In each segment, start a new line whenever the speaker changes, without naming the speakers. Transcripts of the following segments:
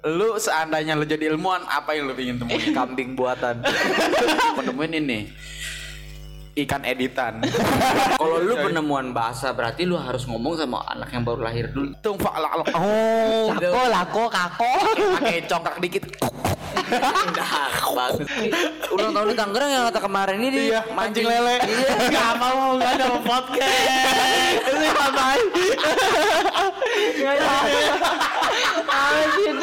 Lu seandainya lu jadi ilmuwan, apa yang lu pingin temuin?
Kambing buatan.
Menemuin ini. Ikan editan.
Kalau
Iya,
lu penemuan bahasa berarti lu harus ngomong sama anak yang baru lahir dulu.
Tung fak lak lok. Oh,
Lako, lako, kako.
pakai congkak dikit.
Enggak banget. Ulang tahun di Tangerang yang kata kemarin ini
Iya, mancing lele.
Gak mau, gak ada mau podcast. Ini ngapain? Gak ada. Anjir.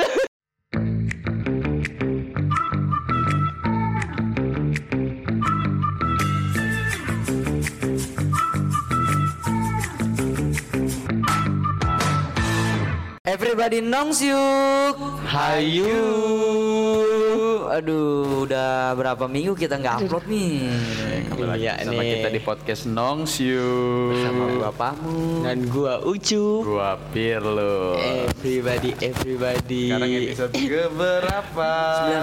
Everybody nongs yuk. Hayu. Aduh, udah berapa minggu kita nggak upload nih?
Iya sama kita di podcast Nongs You.
sama bapakmu.
Dan gua Ucu
Gua Pirlo.
Everybody everybody
Sekarang episode ke berapa?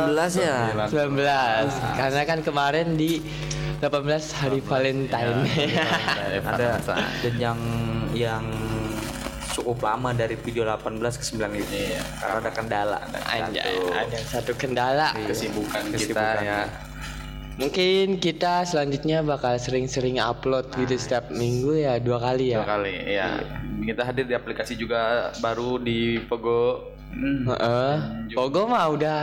19 ya?
19 Karena kan kemarin di 18 hari
iya,
Valentine
ada dan yang yang cukup lama dari video 18 ke 9 itu
Iya.
karena ada kendala
Anjay, ada satu kendala
kesibukan kita
Kesibukan.
ya.
Mungkin kita selanjutnya bakal sering-sering upload gitu setiap minggu ya dua kali
Dua
ya
kali ya. Kita hadir di aplikasi juga baru di Pogo. Hmm.
Heeh. Pogo mah udah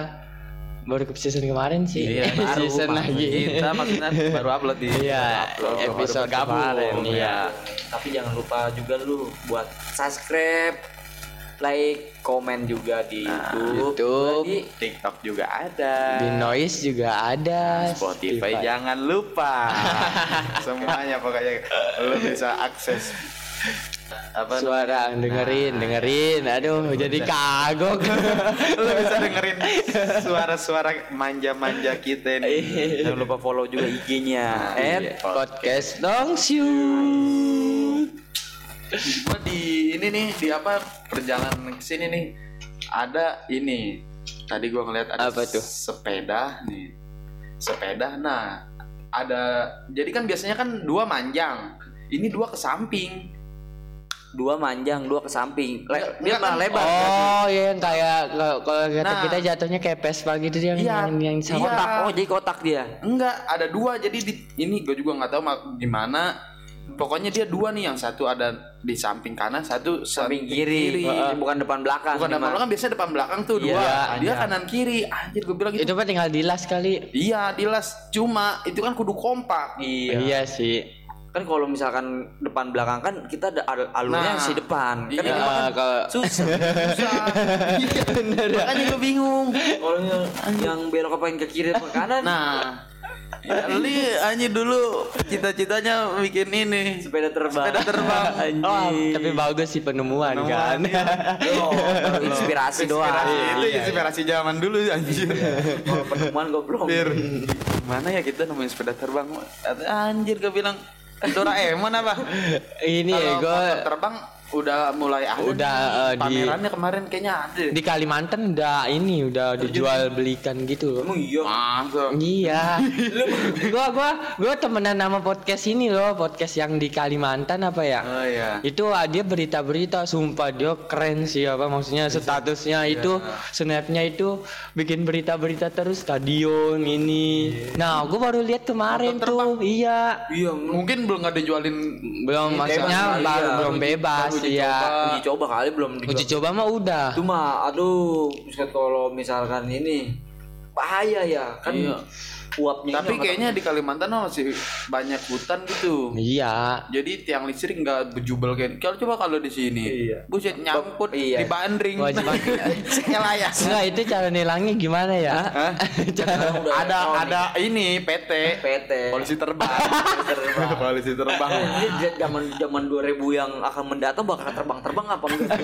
baru ke season kemarin sih
Iya, baru
Season lagi
kita maksudnya baru upload di
Iya,
baru upload.
episode
Baru kemarin,
gabung,
ya.
iya.
tapi jangan lupa juga lu buat subscribe like komen juga di
Nah,
YouTube,
YouTube.
Jadi,
TikTok juga ada.
Di noise juga ada
Spotify jangan lupa semuanya pokoknya lu bisa akses apa
Suara dengerin
Nah.
dengerin Aduh jadi kagok
Iya, lu bisa dengerin suara-suara manja-manja kita nih
jangan lupa follow juga IG-nya
At
at
Podcast dong siu.
gua di ini nih di apa perjalanan ke sini nih ada ini tadi gua ngeliat ada
Apa tuh?
sepeda nih sepeda nah ada jadi kan biasanya kan dua manjang ini dua ke samping
dua manjang dua ke samping Le-
Dia- dia
dia malah
kan-
lebar
Oh iya yang kayak kalau kalau kata
Nah.
kita jatuhnya kayak Vespa gitu yang
Iya,
yang, yang
iya.
sama.
kotak oh jadi kotak dia
Enggak, ada dua. Jadi di- ini gue juga nggak tahu mak- gimana. Pokoknya dia dua nih, yang satu ada di samping kanan, satu
samping kiri, Jadi bukan depan belakang
Bukan depan
Dimas.
belakang, biasanya depan belakang tuh dua.
Iya,
Dia
iya.
kanan kiri. Anjir gue bilang
Itu
gitu.
mah tinggal dilas kali.
Iya, dilas. Cuma itu kan kudu kompak.
iya
sih.
kan kalau misalkan depan belakang kan kita ada al- alurnya
Nah,
si depan
iya.
kan ini mah kan
kalau
susah
Susah. Iya, Makanya gue bingung.
kalau yang, yang belok apa yang ke kiri apa ke kanan
Nah, ya, Li, anjir dulu cita-citanya bikin ini.
sepeda terbang
Sepeda terbang.
Oh, tapi bagus sih penemuan, kan.
iya.
Oh, inspirasi doang
Itu inspirasi zaman dulu anjir.
kalau penemuan goblok
Hampir. Iya. Mana ya kita nemuin sepeda terbang? Anjir gue bilang "Eh, Doraemon apa?
Ini ya
Kalau
gue
motor terbang udah mulai ada.
Udah,
nih.
eh, di-
pamerannya kemarin kayaknya ada.
di Kalimantan udah ini udah dijual belikan gitu loh.
Oh,
emang iya
Masa?
Iya. gua gua gua temenan nama podcast ini loh, podcast yang di Kalimantan apa ya?
Oh iya.
itu ah, dia berita-berita sumpah dia keren sih apa maksudnya
Iya.
statusnya itu snapnya itu bikin berita-berita terus stadion ini nah gue baru lihat kemarin
Motor
tuh iya
iya
Mungkin belum nggak dijualin
belum
Iya,
maksudnya
kali
baru
ya.
belum
Iya, Uji-
bebas
baru
ya
uji coba kali belum
uji coba mah udah
cuma aduh buset kalau misalkan ini bahaya ya kan
Iya.
uapnya
Tapi
ini
kayaknya di Kalimantan masih banyak hutan gitu.
iya
Jadi tiang listrik nggak bejubel kan. Kalau coba kalau di sini,
Iya.
buset nyangkut di
Iya.
bandring.
Wajib.
Nyelayak.
Enggak itu cara nilangnya gimana ya
Hah?
Cara-
udah
ada
tahu nih.
ada ini PT.
PT
Polisi terbang. Polisi terbang.
Ini zaman zaman 2000 yang akan mendatang bakal terbang-terbang apa enggak?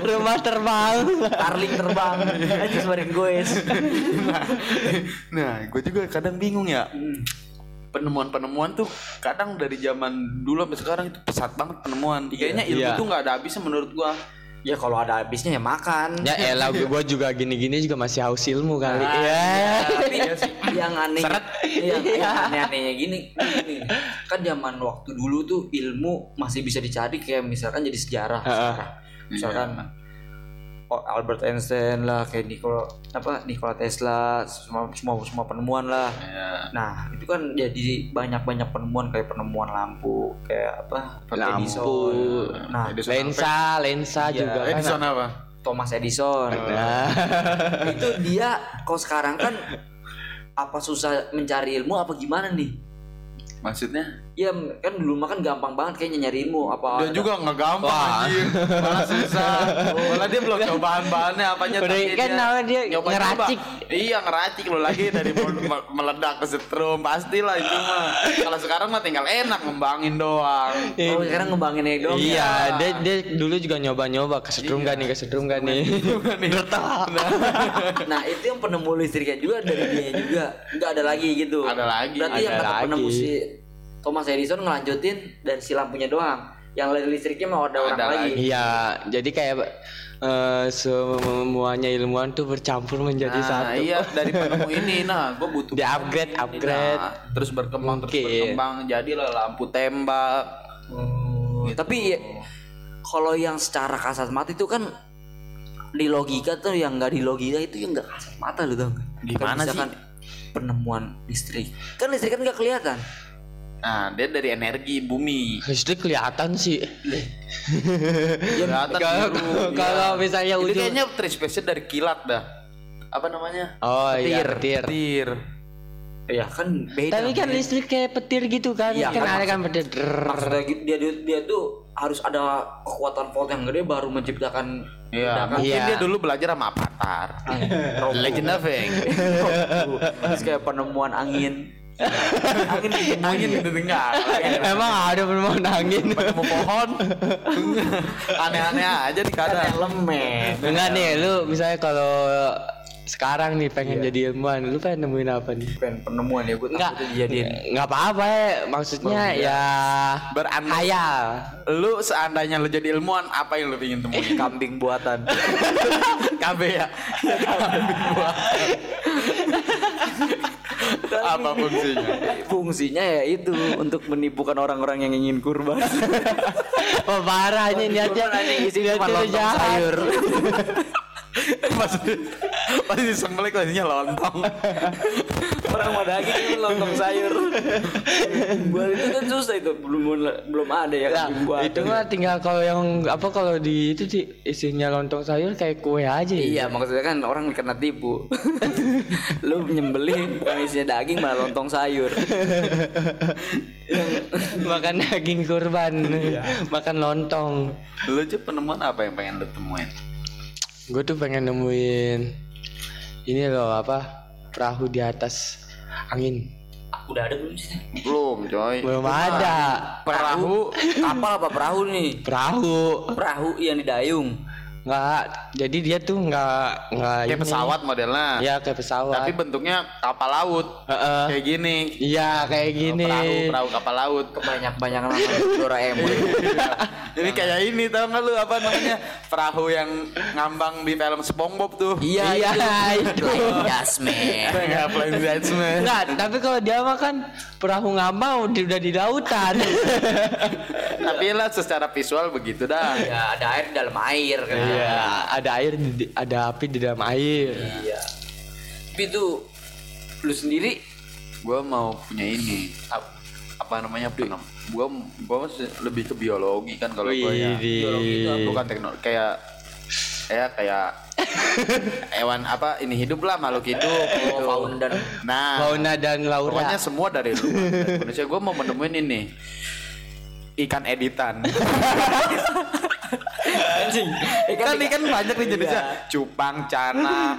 rumah terbang
Starlink terbang. Aja sebarin gue.
nah, nah gue juga kadang bingung ya.
Hmm.
Penemuan-penemuan tuh kadang dari zaman dulu sampai sekarang itu pesat banget penemuan. Kayaknya ilmu
Iya.
tuh nggak ada habisnya menurut gua.
Ya kalau ada habisnya ya makan.
ya elah gue juga gini-gini juga masih haus ilmu kali ya
Tapi yang aneh iya,
Seret.
yang, yang aneh-anehnya gini, gini kan zaman waktu dulu tuh ilmu masih bisa dicari kayak misalkan jadi sejarah,
Heeh.
Iya.
sejarah. misalkan oh, Albert Einstein lah kayak Nikola apa Nikola Tesla semua semua semua penemuan lah
Iya.
nah itu kan jadi banyak banyak penemuan kayak penemuan lampu kayak apa
Lampu.
Edison. nah
Edison apa?
lensa lensa
Iya,
juga kan
Edison apa?
Thomas Edison
Nah.
itu dia kalau sekarang kan apa susah mencari ilmu apa gimana nih
Maksudnya?
ya kan dulu mah kan gampang banget kayaknya nyari ilmu apa
Dia juga nggak gampang anjir. Malah susah. Malah dia belum coba bahan-bahannya apanya
Udah,
tapi
kan namanya dia
nyoba-nyoba.
ngeracik.
Iya ngeracik lo lagi dari mul- me- meledak ke setrum pastilah itu mah. Kalau sekarang mah tinggal enak ngembangin doang.
oh sekarang ngembangin aja doang
iya
ya.
dia, dia dulu juga nyoba nyoba kesetrum gak nih kesetrum gak nih Ya,
nah itu yang penemu listriknya juga dari dia juga nggak ada lagi gitu
Ada lagi.
berarti yang
Ada
kata
lagi.
penemu si Thomas Edison ngelanjutin dan si lampunya doang yang dari listriknya mau ada, orang
Ada
lagi,
iya jadi kayak eh, semuanya ilmuwan tuh bercampur menjadi
Nah,
satu
iya dari penemu ini nah gue butuh
di upgrade
ini,
upgrade
nah. terus berkembang terus
Mungkin.
berkembang jadilah lampu tembak
Oh, tapi ya, kalau yang secara kasat mata itu kan di logika tuh yang nggak di logika itu yang nggak kasat mata loh dong
Gimana sih?
penemuan listrik kan listrik kan nggak kelihatan
nah dia dari energi bumi
listrik kelihatan sih
Kelihatan
kalau-
biru,
kalau
iya.
misalnya
itu
ujung-
kayaknya terinspirasi dari kilat dah apa namanya
oh iya
Petir.
petir
petir
ya kan beda
tapi kan
men.
listrik kayak petir gitu kan
Iya,
kan
kan
ada kan petir Drrrr.
maksudnya gitu, dia, dia dia tuh harus ada kekuatan volt yang gede baru menciptakan
Iya, mungkin
Iya.
dia dulu belajar sama Avatar. Legend of Aang.
terus kayak penemuan angin angin ditemuin
Angin
ya?
itu enggak.
emang ada penemuan angin
Mau pohon. Aneh-aneh aja di
kan
kadang.
elemen
enggak nih lu misalnya kalau sekarang nih pengen jadi ilmuwan lu pengen nemuin apa nih
pengen penemuan ya gue
Enggak,
takutnya dijadiin
enggak apa-apa ya. Maksudnya ya
Berandai-
Hayal.
Lu seandainya lu jadi ilmuwan, apa yang lu pingin temuin?
kambing buatan
KB ya. Apa fungsinya?
fungsinya ya itu untuk menipukan orang-orang yang ingin kurban
Oh, parah ini niatnya
isinya cuma
niatnya udah
lontong
jahat.
sayur
Pasti pasti disembelih kelihatannya lontong.
orang mau daging itu lontong sayur buat itu kan susah itu belum belum ada ya
Nah,
kambing buatan
itu mah tinggal kalau yang apa kalau di itu di isinya lontong sayur kayak kue aja.
Iya
ya.
maksudnya kan orang kena tipu Lu nyembelih bukan isinya daging malah lontong sayur
Makan daging kurban, makan lontong.
Lu aja penemuan apa yang pengen lu temuin?
Gue tuh pengen nemuin ini loh apa perahu di atas angin.
Udah ada belum sih?
Belum, coy.
Belum ada
Perahu Kapal apa perahu nih?
perahu.
Perahu yang didayung
Nggak, jadi dia tuh nggak nggak
Kayak
ini.
pesawat modelnya.
Ya kayak pesawat.
Tapi bentuknya kapal laut.
Heeh.
Kayak gini.
Iya kayak gini.
Perahu, perahu kapal laut.
Banyak-banyak nama Doraemon
Iya.
Ini kayak ini tau nggak lu apa namanya? Perahu yang ngambang di film SpongeBob tuh.
Iya
Iya,
itu Blind Jasmine
Enggak plan that's man.
Enggak, tapi kalau dia mah kan perahu ngambang udah udah di lautan.
Tapi lah secara visual begitu dah.
Ya ada air di dalam air kan
Iya, ada air di- ada api di dalam air.
Iya Tapi itu Lu sendiri
Gua mau punya ini. Ap- Apa namanya? Penem. Gua gua masih lebih ke biologi kan kalau gua ya.
Widih.
Biologi itu bukan teknologi kayak kayak kayak hewan apa ini hidup lah makhluk hidup gitu.
Faun dan
Nah,
Fauna dan Laura.
Pokoknya semua dari lu. Indonesia gue mau menemuin ini ikan editan.
Anjing
kan ikan banyak nih jenisnya. Cupang, cana,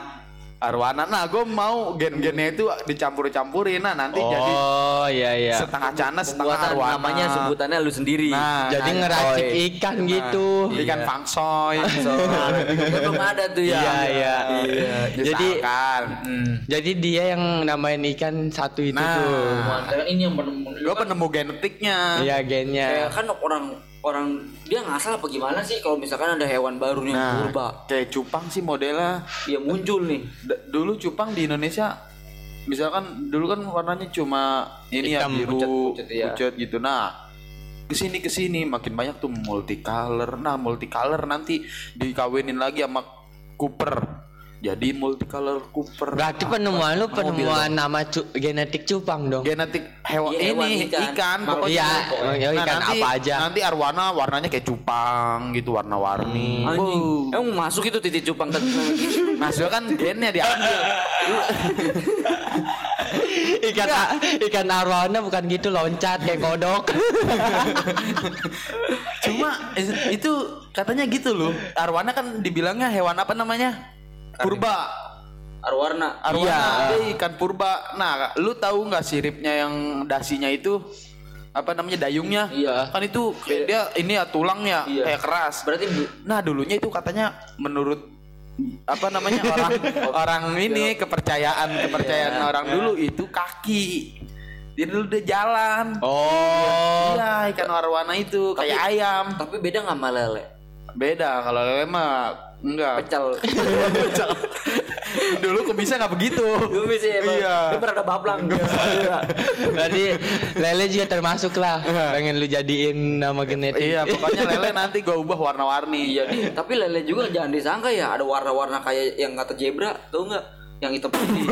arwana. Nah, gue mau gen-gennya itu dicampur-campurin. Nah, nanti jadi
Oh iya iya.
setengah cana, setengah
Buatan
arwana.
namanya sebutannya lu sendiri
Nah,
Jadi
nah,
ngeracik
coy.
ikan
nah,
gitu.
Ikan pangsoy.
So, belum ada tuh ya.
Iya iya. Jadi
Jadi kan.
Hmm.
jadi dia yang namain ikan satu itu
Nah.
tuh.
Kan ini yang penemu.
Gue penemu genetiknya.
Iya gennya.
Kayak kan orang orang dia ngasal apa gimana sih kalau misalkan ada hewan baru nih
Nah,
purba
kayak cupang sih modelnya.
dia muncul nih.
D- dulu cupang di Indonesia misalkan dulu kan warnanya cuma ini
Hitam,
ya biru
pucet-pucet, iya.
pucet gitu nah kesini kesini makin banyak tuh multicolor nah multicolor nanti dikawinin lagi sama Cooper. Jadi multicolor Cooper.
Berarti penemuan lu penemuan nama cu- genetik cupang dong.
Genetik hewan
Iya, hewan
ini kan.
ikan.
ikan, pokoknya.
Iya, iya,
Nah,
ikan
nanti,
apa aja.
Nanti arwana warnanya kayak cupang gitu warna-warni.
Anjing. Emang masuk itu titik cupang tadi.
Mas Yo kan gennya diambil.
Ikan ikan arwana bukan gitu loncat kayak kodok.
Cuma eh, itu katanya gitu loh. Arwana kan dibilangnya hewan apa namanya? Purba.
Arwarna. Iya.
Arwana dia ikan purba. Nah, lu tahu nggak siripnya yang dasinya itu apa namanya dayungnya?
Iya.
Kan itu kayak dia ini ya tulangnya
Iya.
kayak keras.
Berarti bu-
Nah, dulunya itu katanya menurut apa namanya orang orang ini kepercayaan kepercayaan orang dulu itu kaki. Dia dulu dia jalan.
Oh.
Iya, ikan arwana itu kayak ayam.
tapi beda nggak sama lele?
Beda kalau lele mah enggak.
Pecel.
Dulu kok bisa nggak begitu?
Gue bisa ya. Bang.
Iya.
Dia berada baplang.
Berarti lele juga termasuk lah. Pengen lu jadiin nama genetik.
Iya, pokoknya lele nanti gua ubah warna-warni. Iya,
tapi lele juga jangan disangka ya ada warna-warna kayak yang kata zebra, tau nggak? Yang hitam putih.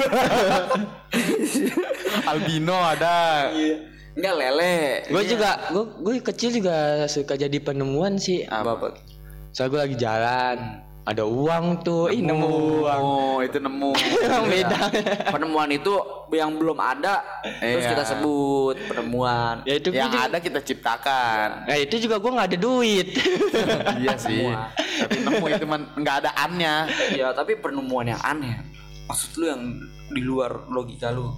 albino ada.
Enggak lele. Iya.
Gue
Iya.
juga, gue gue kecil juga suka jadi penemuan sih.
Apa?
Soalnya gue lagi jalan, ada uang tuh, ih nemu uang.
Oh, itu nemu.
Emang beda.
Penemuan itu yang belum ada terus
Iya.
kita sebut penemuan.
ya itu
Yang
gua juga-
ada kita ciptakan.
Nah itu juga gue nggak ada duit.
iya sih. Tapi nemu itu man nggak ada annya.
Ya, tapi penemuan yang aneh. Maksud lu yang di luar logika lu.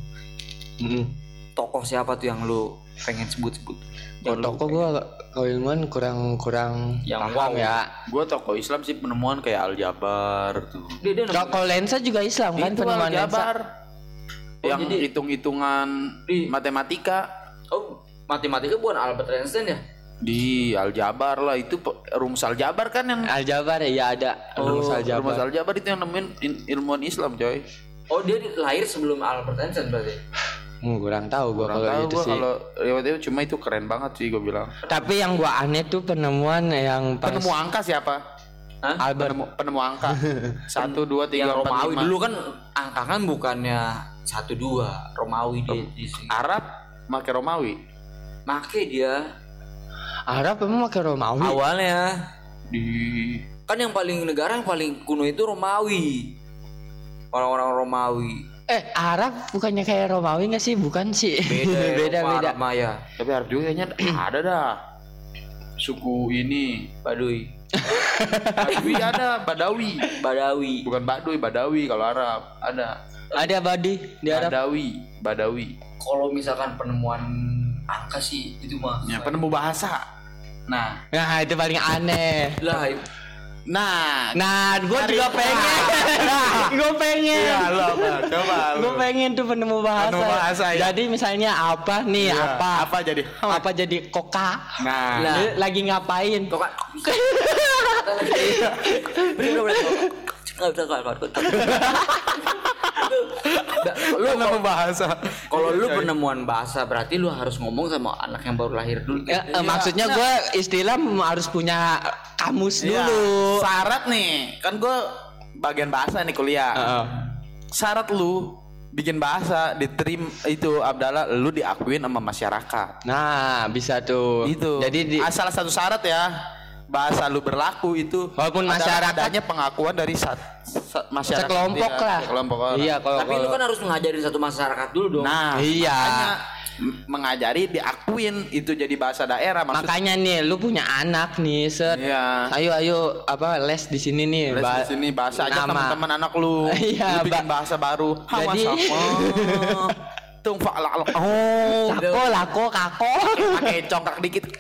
Tokoh siapa tuh yang lu pengen sebut-sebut?
Kalau toko gue kalau ilmuwan kurang kurang
Yang wow.
paham ya.
Gua tokoh Islam sih penemuan kayak gitu. Al Jabar tuh.
Dia dia
Kalau- Kalau lensa juga Islam kan
itu Al
penemuan lensa.
Jabar. yang
jadi-
hitung-hitungan
Di-
matematika
Oh, matematika bukan Albert Einstein ya?
di Al Jabar lah itu pe- rumus Al Jabar kan yang
Aljabar ya ada
Oh,
rumus aljabar.
rumus Al Jabar itu yang nemuin in- ilmuwan Islam coy.
Oh, dia lahir sebelum Albert Einstein berarti.
Hmm, kurang tahu gue
Kurang
kalau
tahu
itu
gua
gitu sih.
kalau lewat itu cuma itu keren banget sih gue bilang.
Tapi yang gue aneh tuh penemuan yang pas
Penemu angka siapa?
Hah?
Albert
Penemu, penemu angka. Satu dua tiga
Yang
empat
Romawi
lima.
dulu kan angka kan bukannya satu dua Romawi dia di sini.
Arab pakai Romawi.
Make dia
Arab emang pakai Romawi.
awalnya
Di
kan yang paling negara yang paling kuno itu Romawi. Orang-orang Romawi.
Eh Arab bukannya kayak Romawi nggak sih? Bukan sih.
Beda
beda
Eropa,
beda.
Arab Maya.
tapi Arab juga kayaknya ada dah. Suku ini
Baduy.
Badui ada, Badawi.
Badawi.
Bukan Badui, Badawi kalau Arab ada.
Ada Badi di Arab.
Badawi, Badawi.
Kalau misalkan penemuan angka sih itu mah.
Ya, penemu bahasa. Nah,
Nah itu paling aneh.
Lah,
nah,
Nah, gue juga pengen. gue pengen.
iya lo apa? Coba lo.
gue pengen tuh penemu bahasa.
Penemu bahasa, ya.
Jadi misalnya apa nih? Apa?
Iya, Apa?
Apa,
Apa jadi?
jadi koka?
Nah,
Lu Lagi ngapain?
Kok kan? Bener, bener, bener. Nggak bisa, nggak, nggak, nggak.
lu nama bahasa.
Kalau lu penemuan bahasa berarti lu harus ngomong sama anak yang baru lahir dulu.
Ya,
gitu?
eh, maksudnya gue istilah m- harus punya kamus
Iya,
dulu.
Syarat nih, kan gue bagian bahasa nih kuliah.
Heeh.
Syarat lu bikin bahasa diterim itu Abdallah lu diakuin sama masyarakat.
Nah, bisa tuh.
Itu.
Jadi di,
asal Gitu. satu syarat ya. Bahasa lu berlaku itu
Walaupun
ada-
masyarakat-
adanya pengakuan dari sat, sat- masyarakat
sekelompok
dia,
lah.
sekelompok ah. orang.
Iya, kalau
Tapi lu kan harus mengajarin satu masyarakat dulu dong.
Nah,
Iya.
makanya m- mengajari diakuin itu jadi bahasa daerah maksudnya.
makanya nih lu punya anak nih, set.
Iya.
Ayo ayo apa les di sini nih.
Terus
ba-
di sini bahasa aja
nama.
teman-teman anak lu.
Iya,
lu bikin
ba-
bahasa baru. Hawa
Jadi-
sama. Tung fa la la.
Oh, lako lako kako.
Pakai congkak dikit.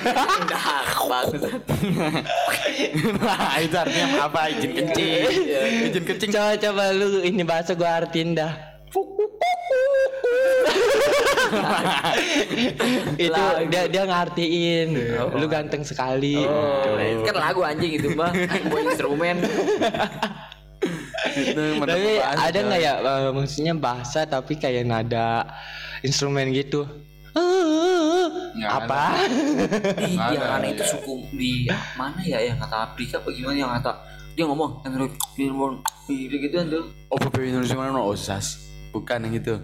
Nah, bagus.
nah, itu artinya apa?
Iya,
Izin kencing. Izin kencing.
Coba coba lu ini bahasa gua artiin dah. itu dia dia ngartiin
Oh.
lu ganteng sekali
Itu kan lagu anjing itu mah, buat instrumen.
Itu menurut
tapi
bahasa,
ada nggak ya eh, maksudnya bahasa tapi kayak nada instrumen gitu
Nggak
apa
Ih,
Ada,
yang aneh
iya.
itu suku di mana ya yang kata Afrika apa gimana yang kata dia ngomong Henrik Gilmore gitu gituan tuh
Oh Peppa Indonesia mana no osas bukan gitu. yang itu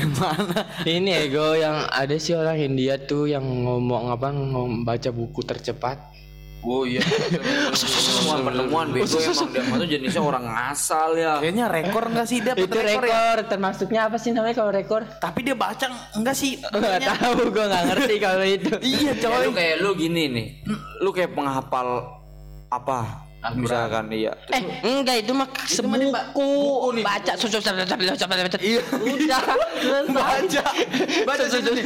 yang mana
Ini ego yang ada sih orang India tuh yang ngomong apa ngom baca buku tercepat.
oh iya
pertemuan pertemuan bego emang dia mah tuh jenisnya orang asal ya
kayaknya rekor enggak sih dia
Itu
dapat
rekor,
ya?
termaksudnya apa sih namanya kalau rekor?
tapi dia baca enggak sih
Gak
Kayaknya-
tahu, gue gak ngerti kalau itu.
iya
Ya, lu
coy
kayak lu gini nih
Mm.
lu kayak penghafal apa misalkan iya
Eh, enggak itu mah sebuku baca susu Iya. Udah.
baca baca sini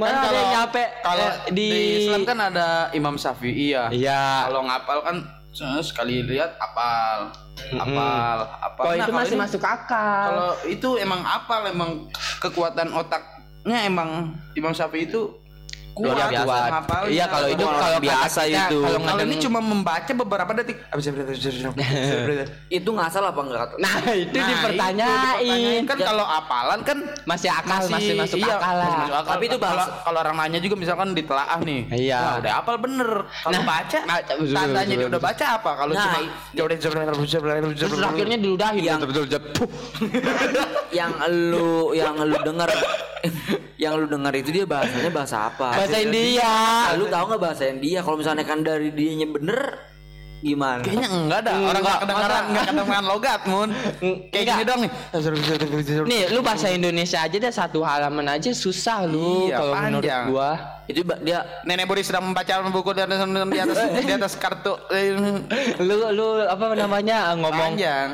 Mana ada yang nyampe
Kan kalau
eh,
di... Islam kan ada Imam Syafi'i ya
Iya.
kalau ngapal kan eh, sekali lihat apal apal apal Nah,
Kalau Oh, itu masih
ini-
masuk akal.
kalau itu emang apal emang kekuatan otaknya emang Imam Syafi'i itu kuat,
Luar biasa.
kuat ngapalnya.
Iya, kalau itu-
Orang
kalau
biasa
kata-
itu
kalau
Nah,
kalau ini
ngadeng-
cuma membaca beberapa detik Habis- habis- habis- habis- habis- habis- habis.
itu ngasal apa enggak kata
Nah, itu
Nah,
dipertanyain.
dipertanyain. kan kalau apalan kan
Masih akal, masih masuk akal lah.
Iya, masih masuk akal.
Tapi itu
kalau
bahasa-
kalau orang nanya juga misalkan ditelaah nih.
Iya. Nah,
Wah, udah apal bener. Kalau baca,
baca, betul,
tandanya
betul,
dia udah baca apa? Kalau
Nah,
cuma
i-
dia udah
iya. Terus akhirnya diludahin.
Yang-
betul
yang lu yang lu dengar yang lu dengar itu dia bahasanya bahasa apa
Bahasa India.
Ah, lu tahu nggak bahasa India kalau misalnya kan dari dianya bener gimana
Kayaknya enggak dah. Orang enggak kedengaran, enggak kedengaran logat, Mun. Kayak
Hmm. Enggak.
gini dong nih.
Nih, lu bahasa Indonesia aja dah satu halaman aja susah lu
Iya,
kalau menurut
panjang.
gua.
itu ba- dia
Nenek Boris sedang membaca buku di atas di atas, di atas kartu eh,
Lu lu apa namanya ngomong
panjang.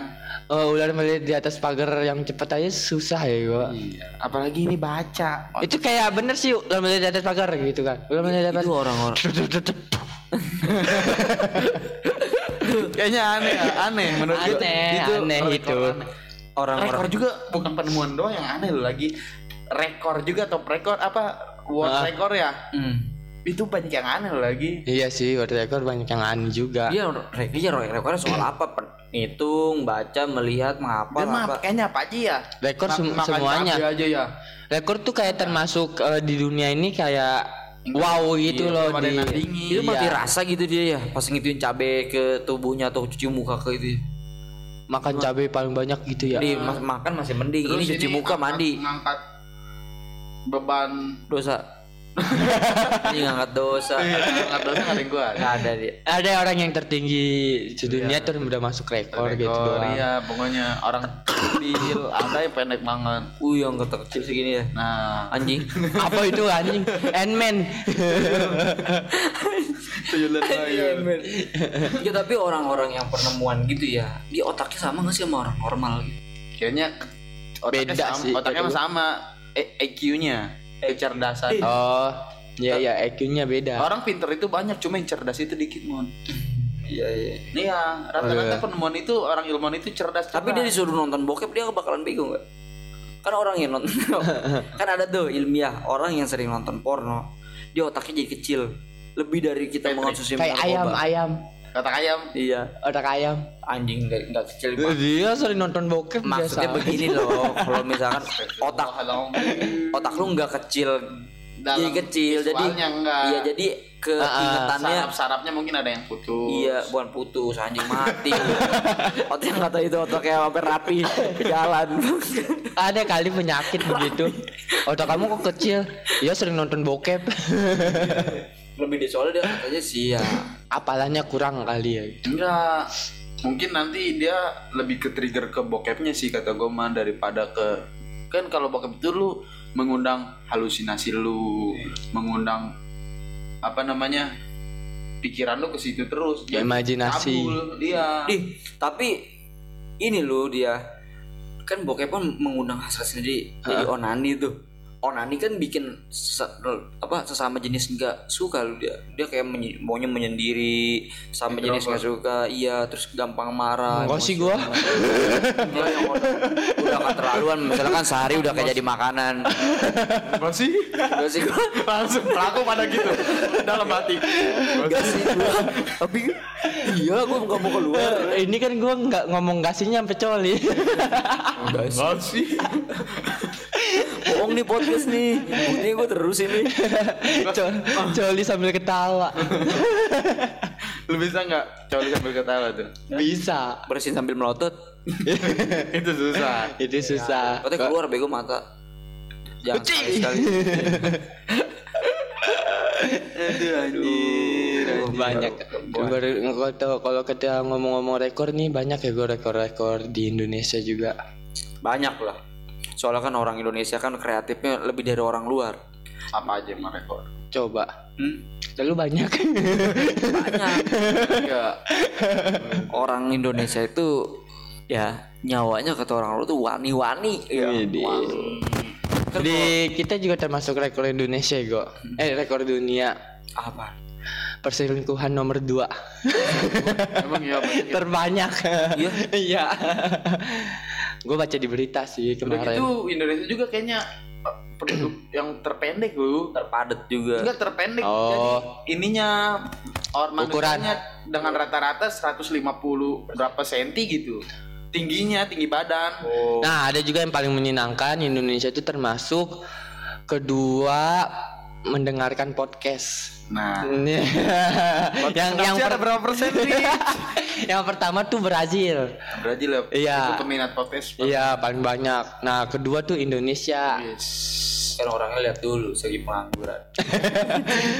eh, ular melilit di atas pagar yang cepat aja susah ya gua.
Iya, apalagi ini baca.
Itu kayak bener sih ular melilit di atas pagar gitu kan. Ular melilit di atas
itu orang-orang
Kayaknya aneh, ya, aneh menurut gua.
Aneh, aneh
rekor
itu.
aneh. rekor
orang-orang
juga bukan penemuan doang yang aneh loh lagi rekor juga top rekor apa world
Ah.
record ya
Hmm.
itu banyak yang aneh loh lagi
Iya sih, world record banyak yang aneh juga.
dia re- dia re- rekornya soal apa Pen- hitung baca melihat
dan
menghafal
mah
apa
kayaknya apa aja ya
Rekor
Ma-
Kan sem-
makan
semuanya.
cabai aja ya
Rekor tuh kayak termasuk eh, di dunia ini kayak wow gitu
Iya,
loh
belum ada
di
yang nandingin.
itu mati
Iya.
rasa gitu dia ya pas ngituin cabe ke tubuhnya atau cuci muka ke itu
makan cabai paling banyak gitu
Iya.
ya.
di mas- makan masih mending ini cuci muka
angkat-
mandi
ngangkat beban
dosa ini ngangkat dosa
Iya, ngangkat dosa nggak ada yang gua
nggak ada dia
Ada orang yang tertinggi di dunia tuh udah masuk rekor, gitu
rekor
doang.
ya pokoknya orang kecil ada yang pendek banget
uh yang kecil segini ya
nah
anjing
Apa itu anjing? Ant-Man.
tuyulan banget
Iya, ya tapi orang-orang yang penemuan gitu ya di otaknya sama nggak sih sama orang normal gitu
kayaknya otaknya
Beda
sama,
sih,
otaknya
beda.
sama E- EQ-nya kecerdasan
oh, iya ya EQ-nya beda.
Orang pinter itu banyak, cuma yang cerdas itu dikit, Mon.
iya iya
Nih ya, rata-rata penemuan itu orang ilmuwan itu cerdas.
tapi dia disuruh nonton bokep dia bakalan bingung nggak kan orang yang nonton kan ada tuh ilmiah orang yang sering nonton porno dia otaknya jadi kecil lebih dari kita mengonsumsi
Kayak ayam,
narkoba.
ayam.
kata ayam.
iya
Otak ayam.
anjing nggak nggak kecil
Dia sering Iya, nonton bokep
maksudnya
biasa.
begini loh kalau misalkan otak
Kalau
otak lu nggak kecil
Dalam
jadi kecil jadi
visualnya nggak.
iya jadi keingetannya
Ah,
sarap-sarapnya mungkin ada yang putus.
iya bukan putus anjing mati otak nggak tahu itu otaknya hampir rapi ke jalan
Ada kali penyakit begitu. Otak kamu kok kecil? Iya sering nonton bokep.
lebih di soalnya dia katanya sih ya
Apalannya kurang kali ya.
Enggak. Mungkin nanti dia lebih ke trigger ke bokepnya sih kata gue mah daripada ke kan kalau bokep itu lu mengundang halusinasi lu, mengundang apa namanya? pikiran lu ke situ terus. Jadi
Ya,
Iya.
Imajinasi.
kabul dia.
Ih, tapi ini loh dia kan bokep kan mengundang hasrat sendiri jadi onani tuh onani kan bikin sesa- apa sesama jenis nggak suka loh dia dia kayak menye- maunya menyendiri sama jenis nggak suka iya terus gampang marah
Enggak sih gua.
Enggak, yang orang- udah keterlaluan misalkan kan sehari udah kayak jadi makanan
Apa sih?
enggak sih gua
Langsung pelaku pada gitu dalam hati.
enggak sih gua tapi iya gua nggak mau keluar
Ini kan gua nggak ngomong gasinya sampai coli.
Enggak sih.
bohong nih podcast nih ini gua terus ini
Co- coli sambil ketawa.
Lu bisa nggak coli sambil ketawa tuh?
Bisa.
bersin sambil melotot
Itu susah.
Itu susah.
katanya keluar bego mata jangan
Uci.
sekali sekali
Aduh anjir.
Aduh, banyak Baru- kalau- kalau kita ngomong-ngomong rekor nih banyak ya gue rekor-rekor di Indonesia juga
banyak lah soalnya kan orang Indonesia kan kreatifnya lebih dari orang luar
Apa aja yang merekor?
coba
Hmm?
lalu banyak
banyak Iya.
Enggak.
orang Indonesia itu ya nyawanya kata orang luar tuh wani-wani ya
Widih. di kita juga termasuk rekor Indonesia go eh rekor dunia
apa
perselingkuhan nomor dua
Emang ya banyak.
terbanyak
Iya?
iya gue baca di berita sih
Udah
kemarin
gitu Indonesia juga kayaknya eh, penduduk yang terpendek lu.
terpadat juga
Enggak terpendek.
Oh.
Jadi ininya or
Ukuran.
manusianya dengan rata-rata 150 berapa senti gitu. Tingginya, tinggi badan. Oh.
Nah, ada juga yang paling menyenangkan Indonesia itu termasuk kedua mendengarkan podcast.
Nah,
yang yang
Indonesia ada
per-
berapa persen sih?
yang pertama tuh Brazil.
Berarti lah
Iya.
itu peminat podcast.
Iya, paling banyak. Nah, kedua tuh Indonesia.
Iya. Yes.
kan orangnya lihat dulu segi pengangguran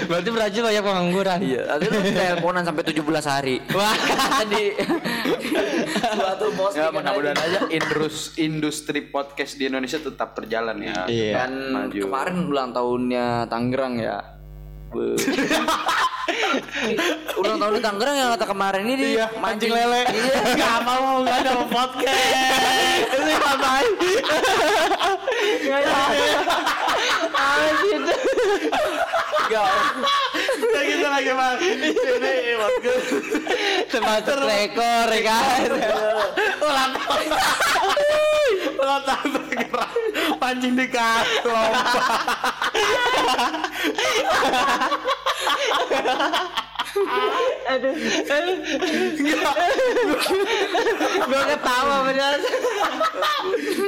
Berarti Brazil banyak pengangguran.
iya ada lu teleponan sampai 17 hari
Wah,
di suatu
Ya,
postingan
mudah-mudahan aja industri, industri podcast di Indonesia tetap berjalan ya.
Iya.
dan
Maju.
Kan kemarin ulang tahunnya Tangerang ya Be- ulang tahunnya Tangerang yang kata kemarin ini
Iya,
mancing
mancing lele.
iya
Gak mau, gak Oh, ada mau podcast.
ini ngapain?
Kita kita lagi bang. Ini podcast.
Termasuk rekor ya kan.
Ulang tahun. Ulang tahun tergerak. Pancing di kartu.
Gue ketawa bener.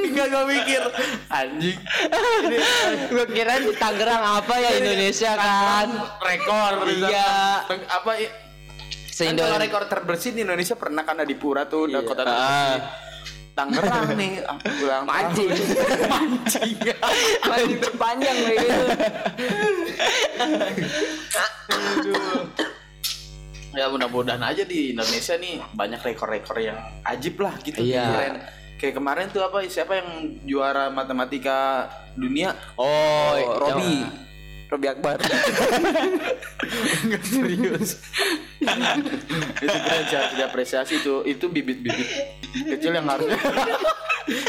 Enggak gue mikir. Anjing.
Gue kira di Tangerang apa ya Indonesia kan.
Rekor.
Iya.
Teng- Apa i- kan
Seindo
kalau rekor terbersih di Indonesia pernah kan di Pura tuh udah kota
Ah.
terbersih. Tangerang nih, Ah, aku ulang tahun.
mancing mancing mancing terpanjang kayak gitu
ya mudah-mudahan aja di Indonesia nih banyak rekor-rekor yang ajib lah gitu
Iya.
keren kayak kemarin tuh apa siapa yang juara matematika dunia
Oh,
Robi
Robi.
Robi Akbar
nggak serius itu keren sih harus diapresiasi itu itu bibit-bibit kecil yang harusnya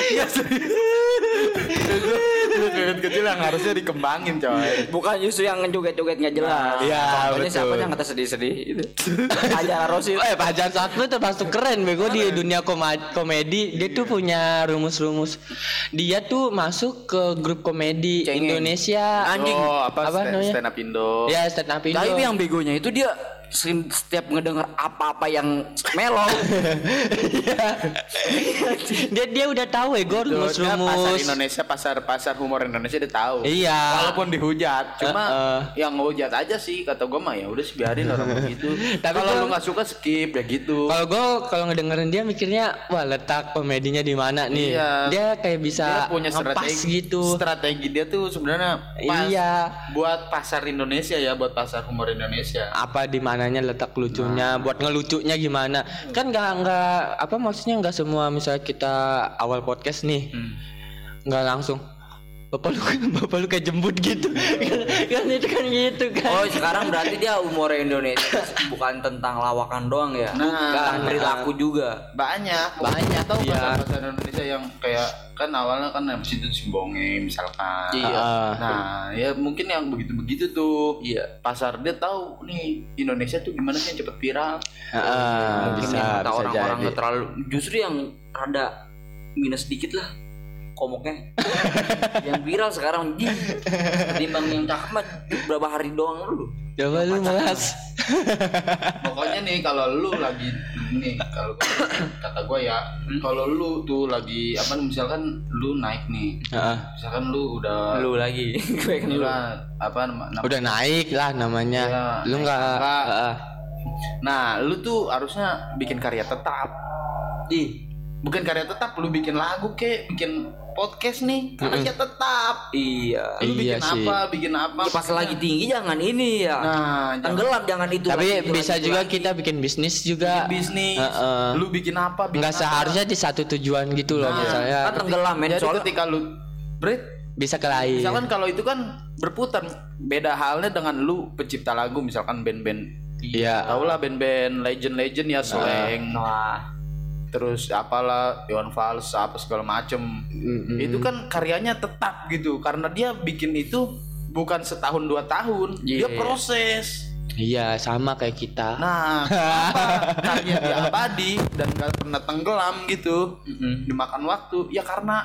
Iya serius itu bibit kecil yang harusnya dikembangin coy
bukan justru yang ngejoget-joget nggak jelas
Iya,
Contohnya siapa
betul.
yang kata sedih-sedih itu aja Rosi
Eh, Fajar Satlu termasuk keren bego di dunia koma- komedi. Dia tuh punya rumus-rumus. Dia tuh masuk ke grup komedi
Cengeng.
Indonesia.
Anjing.
oh apa,
Apa
stand,
namanya?
stand up Indo
Ya stand up Indo.
tapi yang begonya itu dia sering- setiap ngedengar apa-apa yang melo
dia dia udah tahu ya gue
Itu dia pasar
rumus-rumus.
Indonesia pasar pasar humor Indonesia dia tahu
Iya.
gitu. walaupun dihujat cuma
Heeh.
yang ngehujat aja sih kata gue mah ya udah sih biarin orang begitu
Tapi
tapi kalau
gua-
lu nggak suka skip ya gitu
Kalau gue kalau ngedengerin dia mikirnya wah letak komedinya di mana nih.
Iya.
Dia kayak bisa ngepas gitu.
strategi dia tuh sebenarnya pas
Iya.
buat pasar Indonesia ya buat pasar humor Indonesia
apa di mananya letak
Nah.
lucunya buat ngelucunya gimana kan nggak nggak apa maksudnya nggak semua misalnya kita awal podcast nih
Hmm.
nggak langsung bapak lu kan, bapak lu kayak jembut gitu kan, kan itu kan gitu kan
Oh sekarang berarti dia umur Indonesia bukan tentang lawakan doang ya,
Nah.
tentang perilaku juga.
banyak
Banyak,
tau
iya.
pasar pasar Indonesia yang kayak kan awalnya kan yang situ simbonge misalkan
Ah,
nah ya mungkin yang begitu begitu tuh
Iya.
pasar dia tahu nih Indonesia tuh gimana sih yang cepet viral
ah, ah,
Mungkin
bisa
yang kata
bisa
orang-orang
jadi
nggak terlalu, justru yang rada minus dikit lah komoknya. yang viral sekarang jing ketimbang yang cakep mah berapa hari doang dulu.
coba lu malas
Pokoknya nih kalau lu lagi nih kalau gua- kata gue ya, kalau lu tuh lagi apa misalkan lu naik nih,
Ah,
misalkan lu udah
Lu lagi, gue kan
ini
Iya.
lu.
lah apa nama
udah naik lah namanya
Iya,
lu
naik
nggak
tangga.
ah, ah.
Nah, lu tuh harusnya bikin karya tetap.
Ih,
Bukan karya tetap, lu bikin lagu kek, bikin podcast nih, karya tetap.
iya.
Lu bikin
Iya sih. Iya,
apa, bikin apa.
Pas lagi tinggi jangan ini ya.
Nah, jangan
Tenggelam jangan itu.
Tapi
lagi, itu
bisa
lagi, itu
juga
lagi.
kita bikin bisnis juga.
bisnis.
Heeh.
Lu bikin apa, bikin
Nggak
apa.
seharusnya di satu tujuan gitu loh
Nah,
misalnya
kan tenggelam men
Jadi
soalnya.
ketika lu break,
bisa ke
Iya.
lain.
misalkan kalau itu kan berputar. Beda halnya dengan lu pencipta lagu, misalkan band-band.
Iya.
Tau lah band-band legend-legend ya, slang.
Nah,
terus apalah Iwan Fals apa segala macem
Hmm.
itu kan karyanya tetap gitu karena dia bikin itu bukan setahun dua tahun dia
Iya.
proses
Iya, sama kayak kita.
nah kenapa karya dia abadi dan gak pernah tenggelam gitu dimakan waktu ya karena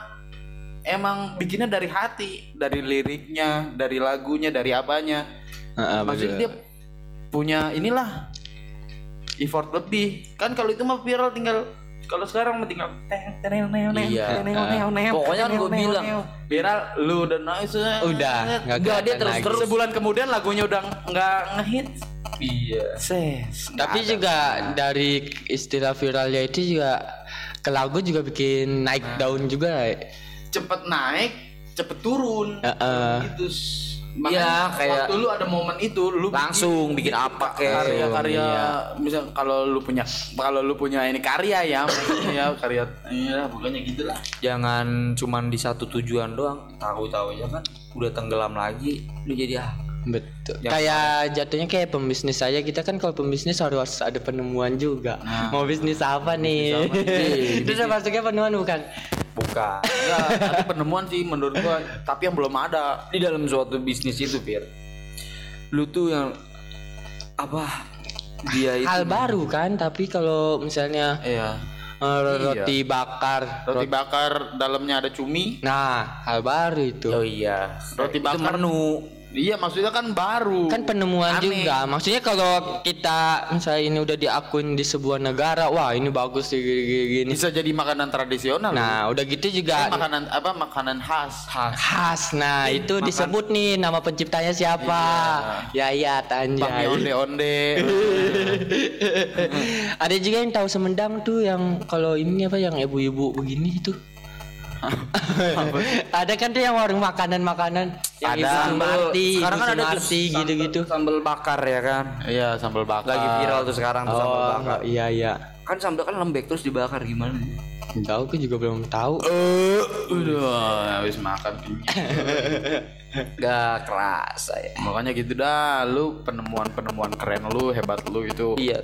emang bikinnya dari hati dari liriknya dari lagunya dari apanya
Heeh,
maksudnya
bener.
dia punya inilah effort lebih kan kalau itu mah viral tinggal kalau sekarang mah tinggal teng, teng, teng, teng,
Iya,
teng, teng, teng, teng,
Pokoknya kan
teng,
gua
teng,
bilang.
teng. viral lu udah noise eh,
Udah,
nggak, dia
nggak kelihatan
terus
lagi.
terus sebulan kemudian lagunya udah nggak ngehit iya ses nggak
Tapi
ada.
juga dari istilah viralnya itu juga ke lagu juga bikin naik
Nah.
daun juga. Heeh.
cepet naik cepet turun
Heeh.
gitu s-
Iya,
Makanya
kayak-
waktu lu ada momen itu lu
langsung bikin apa kek.
Iya.
karya-karya
iya.
misal kalau lu punya kalau lu punya ini karya ya ya karya ya pokoknya gitulah
Jangan cuman di satu tujuan doang. Tahu-tahu aja kan udah tenggelam lagi lu jadi ah.
Betul.
Ya.
Yang
kayak jatuhnya kayak pembisnis aja kita kan kalau pembisnis harus ada penemuan juga.
Nah.
Mau bisnis apa nih? Itu saya masuknya penemuan bukan?
Bukan.
ya tapi penemuan sih menurut gua tapi yang belum ada
di dalam suatu bisnis itu, Pir. Lu tuh yang apa? Dia itu
Hal baru kan, tapi kalau misalnya
ya
eh, roti bakar.
roti bakar dalamnya ada cumi
Nah, hal baru itu.
Oh iya.
roti
Itu
bakar
menu
iya maksudnya kan baru
kan penemuan juga maksudnya kalau kita misalnya ini udah diakuin di sebuah negara wah ini bagus sih, gini, gini, gini.
bisa jadi makanan tradisional
nah udah gitu
loh.
juga
makanan apa makanan khas
khas nah itu disebut nih nama penciptanya siapa ya
Iya,
ya tanya
Pakai onde-onde
ada juga yang tahu semendang tuh yang kalau ini apa yang ibu-ibu begini itu ada kan tuh yang warung makanan-makanan yang
Ada.
ibu
Sambal.
Sumarti,
sekarang
ibu
kan ada tuh
Sunarti, gitu-gitu
sambal bakar ya kan.
iya sambal bakar
Lagi viral tuh sekarang tuh sambal
oh
bakar.
iya iya
Kan sambal kan lembek terus dibakar gimana?
tahu aku juga belum tahu
Eh, udah habis makan kenyang.
Gak kerasa ya.
makanya gitu dah lu penemuan-penemuan keren lu hebat lu itu
Iya,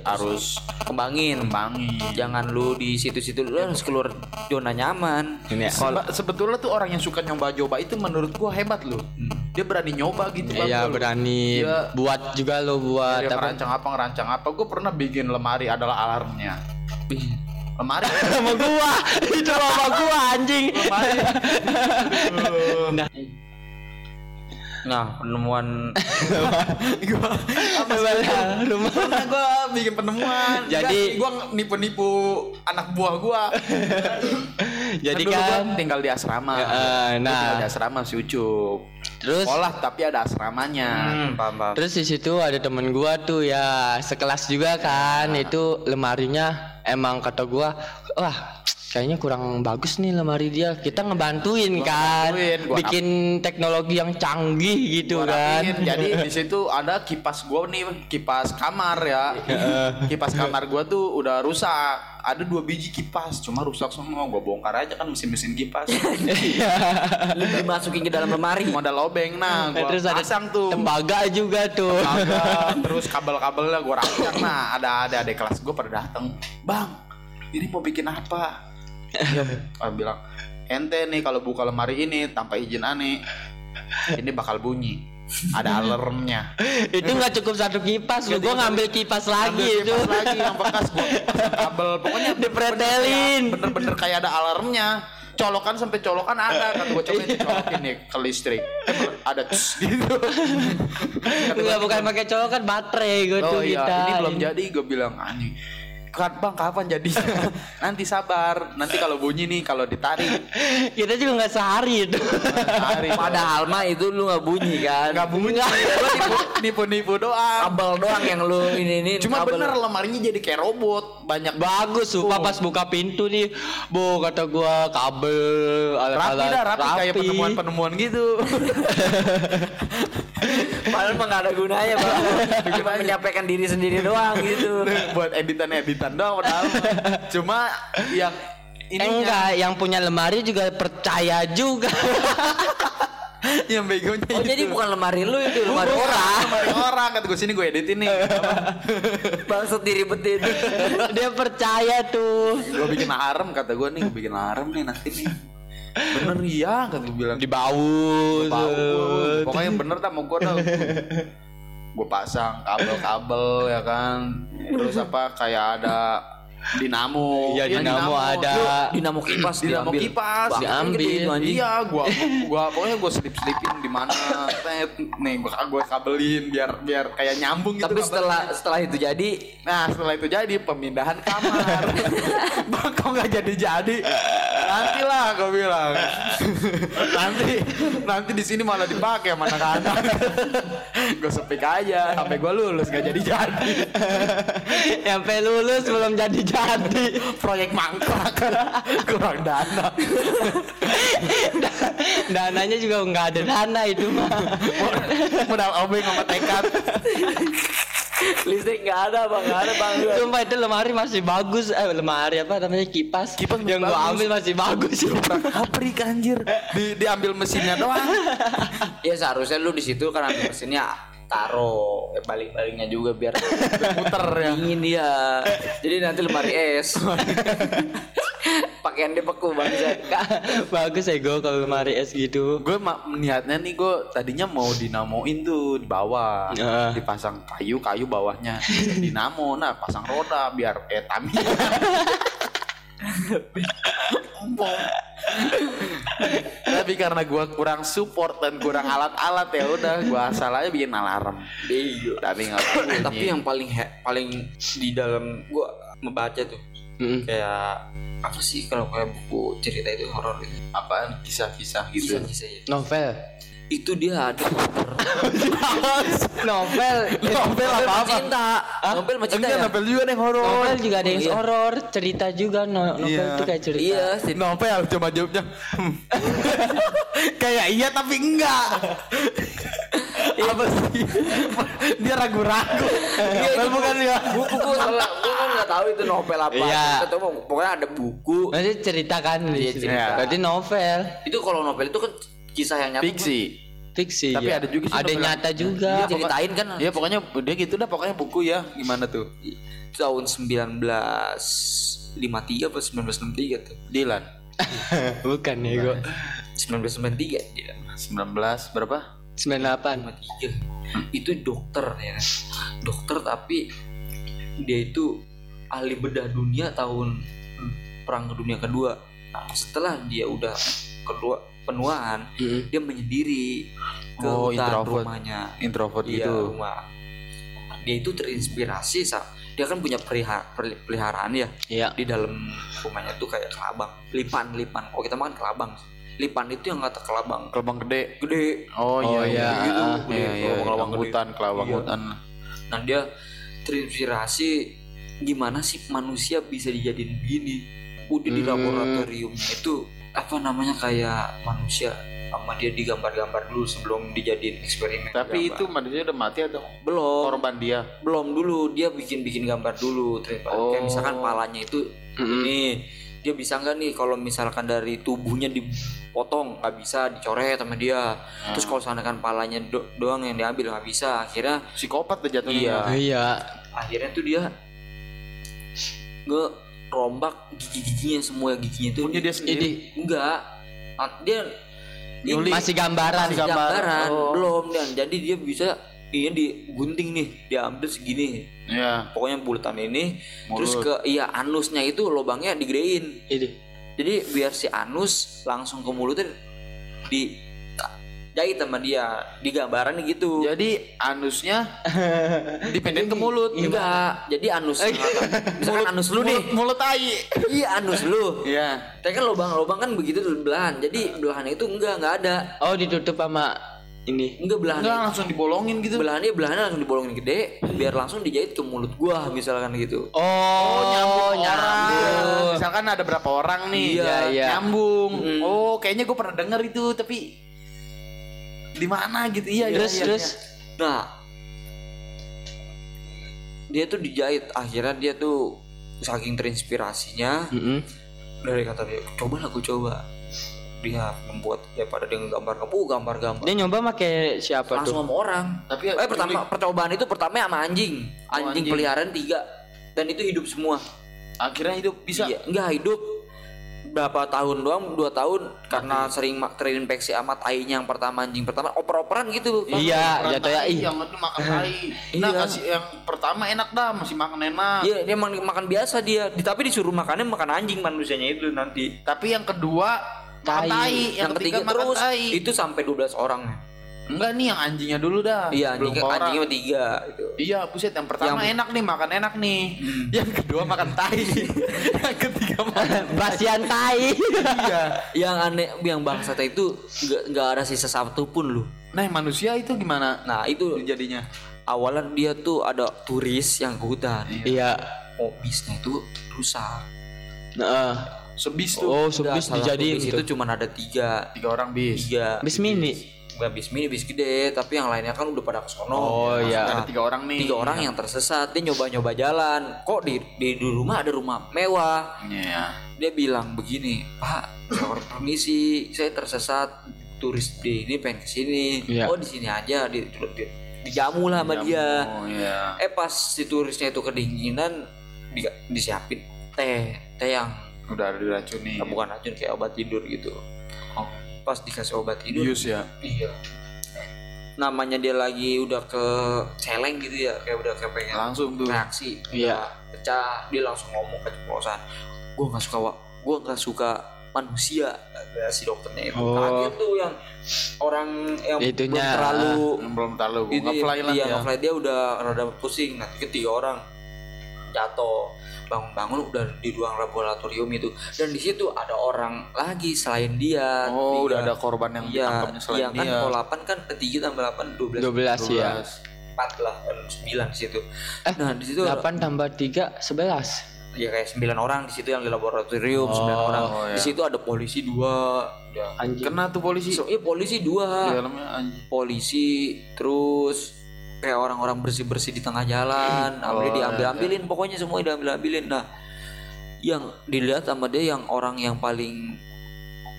harus
terus- Kembangin,
kembangin
jangan lu di situ-situ lu harus keluar zona nyaman.
ini ya.
Seba- sebetulnya tuh orang yang suka nyoba-nyoba itu menurut gua hebat loh. Dia berani nyoba gitu Bang.
Hmm. Iya
Loh.
berani
Iya.
buat juga lo buat
Dia
apa
ngerancang apa ngerancang apa. Gue pernah bikin lemari adalah alarmnya.
Iya.
Lemari.
sama gua itu sama gua anjing
lemari.
Nah, penemuan
apa sih?
rumah
Pernah gue bikin penemuan.
Jadi-
gue nipu-nipu anak buah gua.
jadi
Dulu
kan
gua tinggal di asrama.
Ya, eh,
Gua
nah.
tinggal di asrama si Ucup.
terus Hmm,
Sekolah tapi ada asramanya.
hmm, paham, paham.
terus di situ ada temen gua tuh ya sekelas juga kan itu lemarinya emang kata gua wah kayaknya kurang bagus nih lemari dia kita ngebantuin kan
ngebantuin, gua
bikin teknologi yang canggih gitu
Gua
kan
rapiin. Jadi di situ ada kipas gua nih, kipas kamar ya. kipas kamar gua tuh udah rusak. Ada dua biji kipas, cuma rusak semua. Gua bongkar aja kan mesin-mesin kipas.
lu dimasukin ke dalam lemari.
Modal lobeng nah, gua
Eh, terus ada
pasang tuh.
tembaga juga tuh
Kagak. terus kabel-kabelnya gua rancang nah ada ada ada kelas gua pada dateng bang ini mau bikin apa Dia bilang ente nih kalau buka lemari ini tanpa izin aneh ini bakal bunyi ada alarmnya
itu nggak cukup satu kipas lu gua ngambil kipas
Ambil
lagi itu
kipas lagi yang bekas gua kipas kabel pokoknya
Iya Dipretelin.
bener-bener kayak ada alarmnya colokan sampai colokan ada kan gua coba colokin nih ke listrik Eh, ada tss gitu Kata gua,
Enggak bukan pakai colokan baterai gitu
Oh iya,
kita.
ini belum jadi gue bilang anjing. "Kan, bang kapan jadi? nanti sabar. Nanti kalau bunyi nih kalau ditarik.
Kita juga nggak sehari itu.
Tarik.
Padahal mah itu lu nggak bunyi kan?
Nggak bunyi. Lu nipu- nipu-nipu doang.
Kabel doang yang lu ini ini.
Cuma bener lemarinya jadi kayak robot. Banyak banget.
Bagus sumpah pas
Oh.
buka pintu nih, bu kata gua kabel, alat-alat
Rapi dah, rapi, kayak penemuan-penemuan gitu.
Padahal mah nggak ada gunanya bang. Cuma menyampaikan diri sendiri doang gitu.
Buat editan-editan doang padahal. Cuma ya, yang ini
Eh, Enggak, yang punya lemari juga percaya juga.
yang begonya
Oh
itu.
jadi bukan lemari lu itu lemari orang.
Lemari orang kata gue sini gue editin nih.
Bangsat diri betin.
Dia percaya tuh.
gue bikin harem kata gue nih gue bikin harem nih nanti nih bener iya kata gue bilang
Dibaus.
Bau, pokoknya bener tak mau gue tau gue pasang kabel-kabel ya kan terus apa kayak ada dinamo
Iya, dinamo ada.
Lu,
Dinamo kipas
dinamo
diambil.
kipas
Bangsat,
diambil.
gede itu anjing.
iya gua gua pokoknya gua selip selipin di mana tet, nih gua gua kabelin biar biar kayak nyambung gitu
Tapi
kabel.
setelah setelah itu jadi
Nah setelah itu jadi pemindahan kamar Bang kok gak jadi-jadi Nantilah gue bilang Nanti Nanti di sini malah dipakai sama anak-anak Gue sepik aja Sampai gue lulus gak jadi-jadi
Sampai lulus belum jadi-jadi.
Proyek mangkrak Kurang dana
Dananya juga nggak ada dana itu mah.
Modal obeng sama tekad
listrik nggak ada bang, nggak ada bang.
Sumpah itu lemari masih bagus eh lemari apa namanya kipas
Kipas masih
yang gua
bagus.
ambil masih bagus
Aprik anjir di, Diambil mesinnya doang
Ya seharusnya lu di situ karena mesinnya taro eh, balik-baliknya juga biar
Muter ya
dingin dia. Jadi nanti lemari es. Pakaian dia beku bangsa.
bagus ego kalau lemari es gitu
gue ma- niatnya nih gue tadinya mau dinamoin tuh di bawah
Heeh.
dipasang kayu kayu bawahnya dinamo nah pasang roda biar kayak Tamiya Empong. tapi karena gue kurang support dan kurang alat-alat ya udah gue asal aja bikin alarm
Iya.
tapi nggak bunyi.
Tapi yang paling he- paling di dalam gua membaca tuh
Mm.
kayak apa sih kalau kayak buku cerita itu horor itu
apaan kisah-kisah gitu
kisah-kisah ya.
novel
itu dia ada
novel
novel apa apa
cinta novel mencinta
Enggak,
ya
novel Iya, juga yang horor
novel juga ada yang
Oh, iya.
horor cerita juga no- novel
Iya.
itu kayak cerita
iya sih
novel Nah, ya? coba jawabnya Hmm. kayak iya tapi enggak apa sih dia ragu-ragu novel bukan ya
buku gua salah gua kan nggak tahu itu novel apa
Iya.
Kita tahu pokoknya ada buku
Maksudnya cerita kan
Iya,
di sini.
cerita.
berarti novel
itu kalau novel itu kan kisah yang nyata
fiksi Iya,
fiksi
Tapi
ya.
ada juga sih
ada
novel yang-
nyata juga
Dia ceritain kan
ya pokoknya dia gitu dah pokoknya buku ya gimana tuh
tahun 1953 atau 1963 tuh
Dilan
bukan ya gua
1993 dia
19 berapa
98
53 itu dokter ya kan? dokter tapi dia itu ahli bedah dunia tahun perang dunia kedua nah, setelah dia udah kedua penuaan
Mm.
dia menyendiri ke
Oh,
hutan
introvert.
rumahnya
introvert
iya
gitu
rumah dia itu terinspirasi sa dia kan punya perihara- peli- peliharaan ya
iya
di dalam rumahnya tuh kayak kelabang lipan lipan oh kita makan kelabang lipan itu yang kata kelabang
kelabang gede
gede
oh iya
Oh, iya.
gitu
Ah,
iya
iya,
iya kelabang
kelabang gede.
hutan kelabang
Iya.
hutan
Nah dia terinspirasi gimana sih manusia bisa dijadiin begini. Udah di
Hmm.
laboratoriumnya itu apa namanya kayak manusia sama dia digambar-gambar dulu sebelum dijadiin eksperimen.
tapi
Gambar.
itu manusia udah mati atau
belum
korban dia
belum dulu dia bikin-bikin gambar dulu. Terus
Oh. Hmm.
Kayak misalkan palanya itu
Mm-mm.
ini dia bisa nggak nih kalau misalkan dari tubuhnya dipotong nggak bisa dicoret sama dia.
Ah. Hmm.
Terus kalau misalkan palanya do- doang yang diambil nggak bisa. Akhirnya
psikopat tuh jatuhnya
Iya.
iya
akhirnya tuh dia ngerombak gigi-giginya semua giginya tuh
punya dia sendiri
jadi
enggak Ah, dia ini
masih gambaran
masih
gambar.
gambaran
Oh.
belum dan jadi dia bisa ini digunting nih diambil segini
iya
pokoknya bulatan ini terus
Mulut.
ke iya anusnya itu lubangnya digedein
Jadi,
jadi biar si anus langsung ke mulutnya di jahit sama dia di gambaran gitu
Jadi anusnya dipindahin ke mulut. Eh, iya.
enggak jadi anus misalkan anus lu nih
Mulut tai.
iya anus lu
Iya.
tapi kan lubang-lubang kan begitu tuh belahan jadi belahannya itu enggak enggak ada
Oh ditutup sama ini.
enggak belahannya
Enggak langsung dibolongin gitu.
belahannya belahannya langsung dibolongin gede biar langsung dijahit ke mulut gua misalkan gitu
Oh, nyambung.
orang. Misalkan ada berapa orang nih Ya,
Iya, iya.
nyambung.
Mm.
Oh, kayaknya gue pernah denger itu, tapi di mana gitu? Iya, iya,
Terus
iya,
terus
iya.
Nah, dia tuh dijahit. Akhirnya dia tuh saking terinspirasinya
Mm-mm.
dari kata dia, coba lah gue coba. Dia membuat daripada dia ngegambar kamu gambar gambar.
Dia nyoba pakai siapa
Langsung
tuh?
sama orang.
Tapi
Eh pertama percobaan itu pertama sama anjing, anjing,
Oh, anjing.
peliharaan tiga dan itu hidup semua.
akhirnya hidup bisa.
Iya, enggak hidup berapa tahun doang dua tahun karena sering ma- terinfeksi sama tainya yang pertama anjing pertama oper-operan gitu
Iya,
Orang
jatuhnya
tai,
ih.
yang itu makan tai. Nah,
Iya.
kasih yang pertama enak dah, masih makan enak.
Iya, dia emang makan biasa dia. Di- Tapi disuruh makannya makan anjing manusianya itu nanti.
Tapi yang kedua makan
Tai.
tai, yang, ketiga, makan
terus
tai.
itu sampai 12 orang.
Enggak nih yang anjingnya dulu dah.
Iya,
sebelum
anjing
ke orang.
anjingnya sama tiga gitu.
Iya, buset yang pertama
Yang-
enak nih, makan enak nih. Yang kedua makan tai. yang ketiga makan
Basian tai.
Iya. yang aneh yang bangsa itu nggak nggak ada sisa satu pun loh.
Nah, yang manusia itu gimana?
Nah, itu
jadinya.
awalnya dia tuh ada turis yang ke hutan.
Iya.
Obisnya itu rusak.
Heeh.
Sebis tuh.
Oh,
Udah,
subis
salah
dijadiin
bis
itu.
itu cuma ada tiga.
Tiga orang bis.
Tiga.
Bis mini.
Bukan bis mini, bis gede, tapi yang lainnya kan udah pada ke sono.
Oh, iya.
Ada tiga orang nih.
tiga orang ya? yang tersesat dia nyoba-nyoba jalan kok di, di di rumah ada rumah mewah
Iya.
dia bilang begini pak saya permisi saya tersesat turis di ini pengen kesini
Iya.
oh di sini aja di, di, di- dijamu lah sama dia
Oh iya.
eh pas si turisnya itu kedinginan di, disiapin teh teh yang
Udah ada diracun nih.
eh, bukan racun kayak obat tidur gitu
Iya. Oh.
pas dikasih obat tidur
Bius ya.
iya namanya dia lagi udah ke celeng gitu ya kayak udah kepengen
Langsung tuh.
reaksi
Iya.
pecah dia langsung ngomong keceplosan gue nggak suka wa- gua nggak suka manusia Ada si dokternya itu
Oh.
kaget tuh yang orang yang belum
Itunya.
terlalu
Yang belum terlalu
ini,
ngefly lah
iya,
ya.
ngefly dia udah rada pusing nanti ketiga orang jatuh bangun-bangun udah di ruang laboratorium itu dan di situ ada orang lagi selain dia
Oh, udah ada
Tiga.
korban yang
iya,
ditangkapnya selain
iya, kan
dia.
kalau 8 kan ketiga tambah 8 12
12 ya.
4 lah 9 di situ
Eh,
nah di situ
8 tambah 3 11.
ya kayak sembilan orang di situ yang di laboratorium
Oh,
sembilan orang
oh, iya.
di situ ada polisi dua
Anjing.
Kena tuh polisi.
so,
Di
iya, polisi dua
dalamnya anjing.
polisi terus kayak orang-orang bersih bersih di tengah jalan
Oh,
ambil
iya,
diambil ambilin pokoknya semua diambil ambilin nah yang dilihat sama dia yang orang yang paling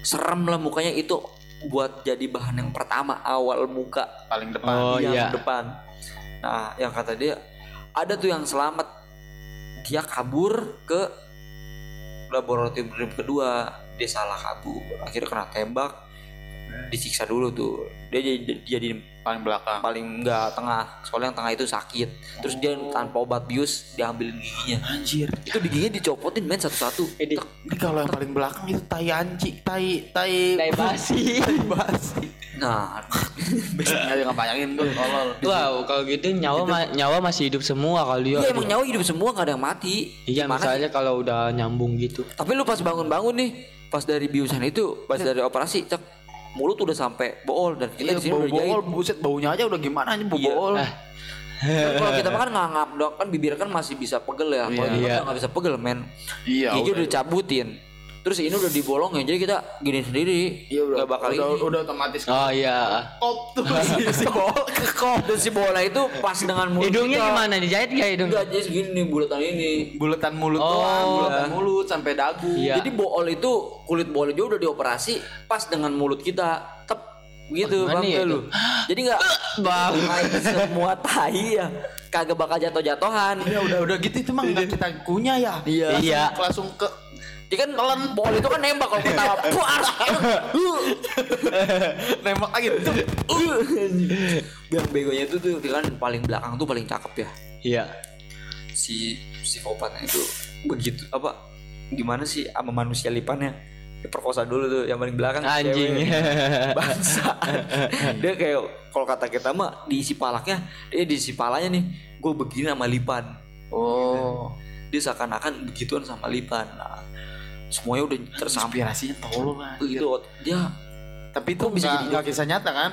serem lah mukanya itu buat jadi bahan yang pertama awal muka
Paling depan.
Oh
yang
iya.
depan. Nah, yang kata dia ada tuh yang selamat. Dia kabur ke laboratorium kedua. Dia salah kabur, akhirnya kena tembak. Disiksa dulu tuh. Dia jadi, jadi
Paling belakang.
paling enggak tengah. Soalnya yang tengah itu sakit. Terus dia tanpa obat bius diambilin giginya.
Anjir.
Itu di giginya dicopotin main satu-satu. Tek,
Ini kalau yang paling belakang itu tai anjing, tai tai
Tai basi.
basi.
Nah,
Besoknya dia ngebayangin gue tolol.
Wow, kalau gitu nyawa ma- nyawa masih hidup semua kalau dia.
dia Iya, emang nyawa hidup semua nggak ada yang mati.
Iya,
Gimana
misalnya kalau udah nyambung gitu.
Tapi lu pas bangun-bangun nih, pas dari biusan itu, pas dari operasi, cek mulut udah sampai bool dan kita
Iya,
di sini
bau
udah dijahit.
bool, buset baunya aja udah gimana anjing bau
Iya.
bool.
Eh,
Kan Kalau kita makan ngangap dong, kan bibir kan masih bisa pegel ya. Kalau
Iya.
kita
Iya.
kan nggak bisa pegel men.
Iya.
Gigi
udah.
udah dicabutin. Terus ini udah dibolongin, jadi kita gini sendiri.
Iya udah.
Nggak bakal
udah,
ini.
udah otomatis
Oh iya.
kop tuh si- si bool ke kop.
Dan si bola itu pas dengan mulut
Hidungnya
kita.
gimana? Dijahit
Oh,
gak hidung?
iya. Enggak, jadi segini nih, bulatan ini.
Buletan mulut
Oh,
doang,
iya.
buletan mulut sampai dagu.
Iya.
Jadi bool itu kulit bool itu udah dioperasi pas dengan mulut kita tep gitu
Wah,
bang
gimana ya
lu.
itu?
Jadi nggak Tai semua tai ya kagak bakal jatuh-jatuhan.
Ya udah udah gitu itu mah nggak kita kunyah ya.
Iya. Iya.
Langsung ke
Dia kan bool itu kan nembak kalau ketawa puar. Uh,
nembak lagi.
uh. Yang begonya itu tuh dia kan paling belakang tuh paling cakep ya.
Iya.
Si psikopatnya itu begitu apa gimana sih sama manusia lipannya? Ya, perkosa dulu tuh yang paling belakang
anjing
cewek. bangsa dia kayak kalau kata kita mah diisi palaknya dia diisi palanya nih gue begini sama lipan
Oh,
dia seakan-akan begituan sama lipan nah, semuanya udah tersampaikan
inspirasinya tolong lah.
gitu dia
Tapi itu
bisa
bisa
jadi
nggak kisah nyata kan?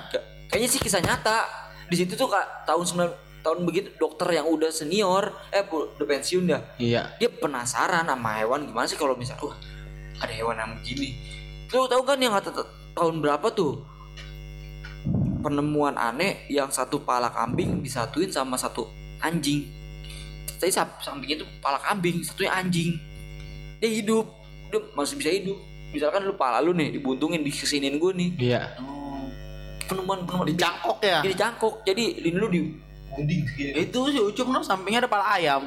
kayaknya sih kisah nyata di situ tuh kak tahun 9 tahun begitu dokter yang udah senior eh bu- udah pensiun dah
iya
dia penasaran sama hewan gimana sih kalau misalnya wah ada hewan yang begini lu tahu kan yang kata tahun berapa tuh penemuan aneh yang satu pala kambing disatuin sama satu anjing tapi sap- sampingnya itu pala kambing satunya anjing dia hidup dia masih bisa hidup misalkan lu pala lu nih dibuntungin dikesinin gue nih
iya
penemuan penemuan
Dicangkok ya.
jadi cangkok jadi lin lu di
Itu si Ucup no sampingnya ada pala ayam.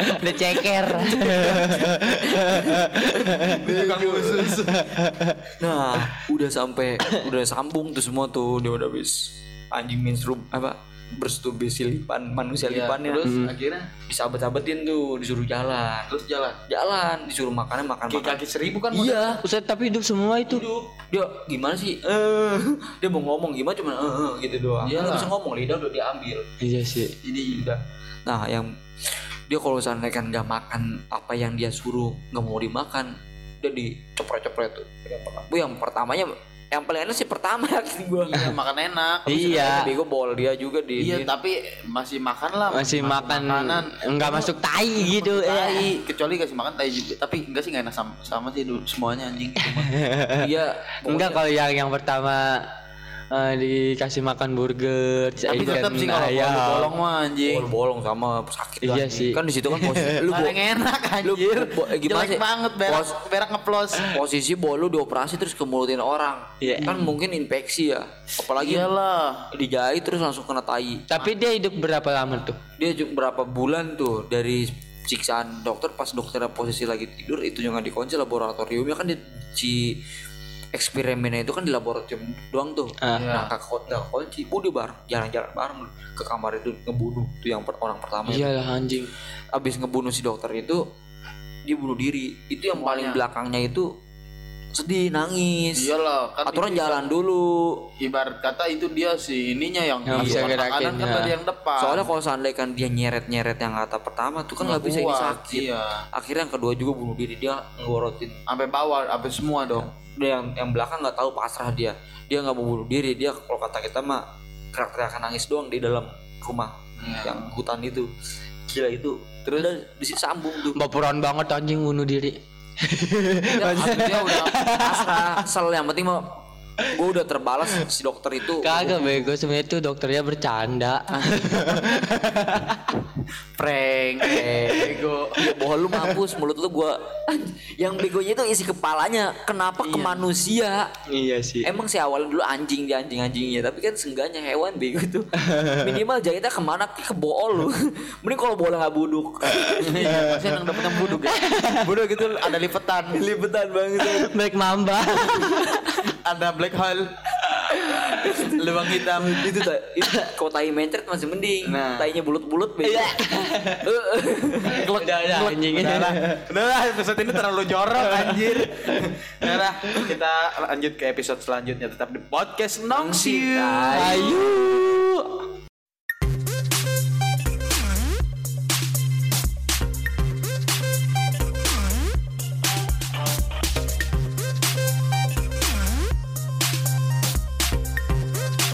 Ada ceker.
Iya,
nah udah sampai udah sambung tuh semua tuh dia udah habis anjing menstrum apa berstubisi lipan manusia
Iya,
lipannya
Terus
Hmm.
akhirnya
disabet-sabetin tuh disuruh jalan
terus jalan.
jalan disuruh makannya makan
Kayak
makan
kaki seribu kan? model.
iya
Ustaz tapi hidup semua itu
hidup dia gimana sih eh dia mau ngomong gimana cuma eh eh, gitu doang dia
Iya.
nggak bisa ngomong lidah udah diambil
iya sih
ini udah nah yang dia kalau misalnya kan nggak makan apa yang dia suruh nggak mau dimakan dia dicepret-cepret tuh bu yang pertamanya yang paling enak sih pertama yakin gue
Iya, makan enak.
iya
bego bol dia juga di
Iya,
di-
tapi masih makan lah.
masih makan
makanan.
nggak masuk tai gitu
Tai,
eh.
kecuali kasih makan tai juga. Tapi enggak sih enggak enak sama, sama sih du- semuanya anjing. Cuma
dia
enggak kalau yang yang pertama eh, dikasih makan burger
tapi tetap sih kalau
ayam.
bolong bolong mah anjing.
bol bolong sama sakit
Iya
lagi.
sih.
kan di situ kan posisi lu bo-
Paling enak anjir.
bo- eh, gimana
Jelek
sih?
banget berak,
Pos-
berak ngeplos.
posisi bol lu dioperasi terus ke mulutin orang
Iya.
kan mungkin infeksi ya apalagi
Iya. Iyalah.
dijahit terus langsung kena tai
tapi dia hidup berapa lama tuh
dia juga berapa bulan tuh dari siksaan dokter pas dokternya posisi lagi tidur itu juga dikunci laboratoriumnya kan di si eksperimennya itu kan di laboratorium doang tuh
Ah.
Iya.
nah kakak nggak kunci udah bareng jalan-jalan bareng ke kamar itu ngebunuh tuh yang per- orang pertama
Iya.
itu.
iyalah anjing
abis ngebunuh si dokter itu dia bunuh diri itu yang paling
Semuanya.
belakangnya itu sedih nangis
Iyalah, kan
aturan
itu-
jalan dulu
ibarat kata itu dia si ininya yang di
Yang bisa
depan
gerakin,
makanan kan
ya.
tadi yang depan.
soalnya kalau seandainya kan dia nyeret-nyeret yang kata pertama tuh kan nggak bisa ini
Kuat,
sakit
Iya.
akhirnya yang kedua juga bunuh diri dia ngorotin
Sampai bawah, sampai semua dong.
dia yang yang belakang nggak tahu pasrah dia dia nggak mau bunuh diri dia kalau kata kita mah teriak-teriakan nangis doang di dalam rumah
Iya.
yang hutan itu gila itu terus udah di situ sambung tuh
baperan banget anjing bunuh diri
Habis dia udah
pasrah sel yang penting mah gue udah terbalas si dokter itu
kagak bego sebenarnya itu dokternya bercanda
prank.
bego ya bohong lu mampus mulut lu gue yang begonya itu isi kepalanya kenapa ke manusia
iya sih
Emang sih awalnya dulu anjing dia anjing-anjingnya, tapi kan seenggaknya hewan bego tuh. Minimal jahitnya kemana ke bool lu. Mending kalau bola nggak buduk.
Iya, pasti yang dapat yang buduk ya. Buduk itu
gitu,
ada lipetan,
Libetan banget.
Black Eh, Mamba
ada black hole. Lubang hitam.
itu tak itu kalau tai mencret masih mending.
Nah.
Tainya bulut-bulut bego.
udah udah anjing
Udah lah, udah lah, episode ini terlalu jorok anjir. Udah lah, kita lanjut ke episode selanjutnya tetap di podcast Nongsi.
ayu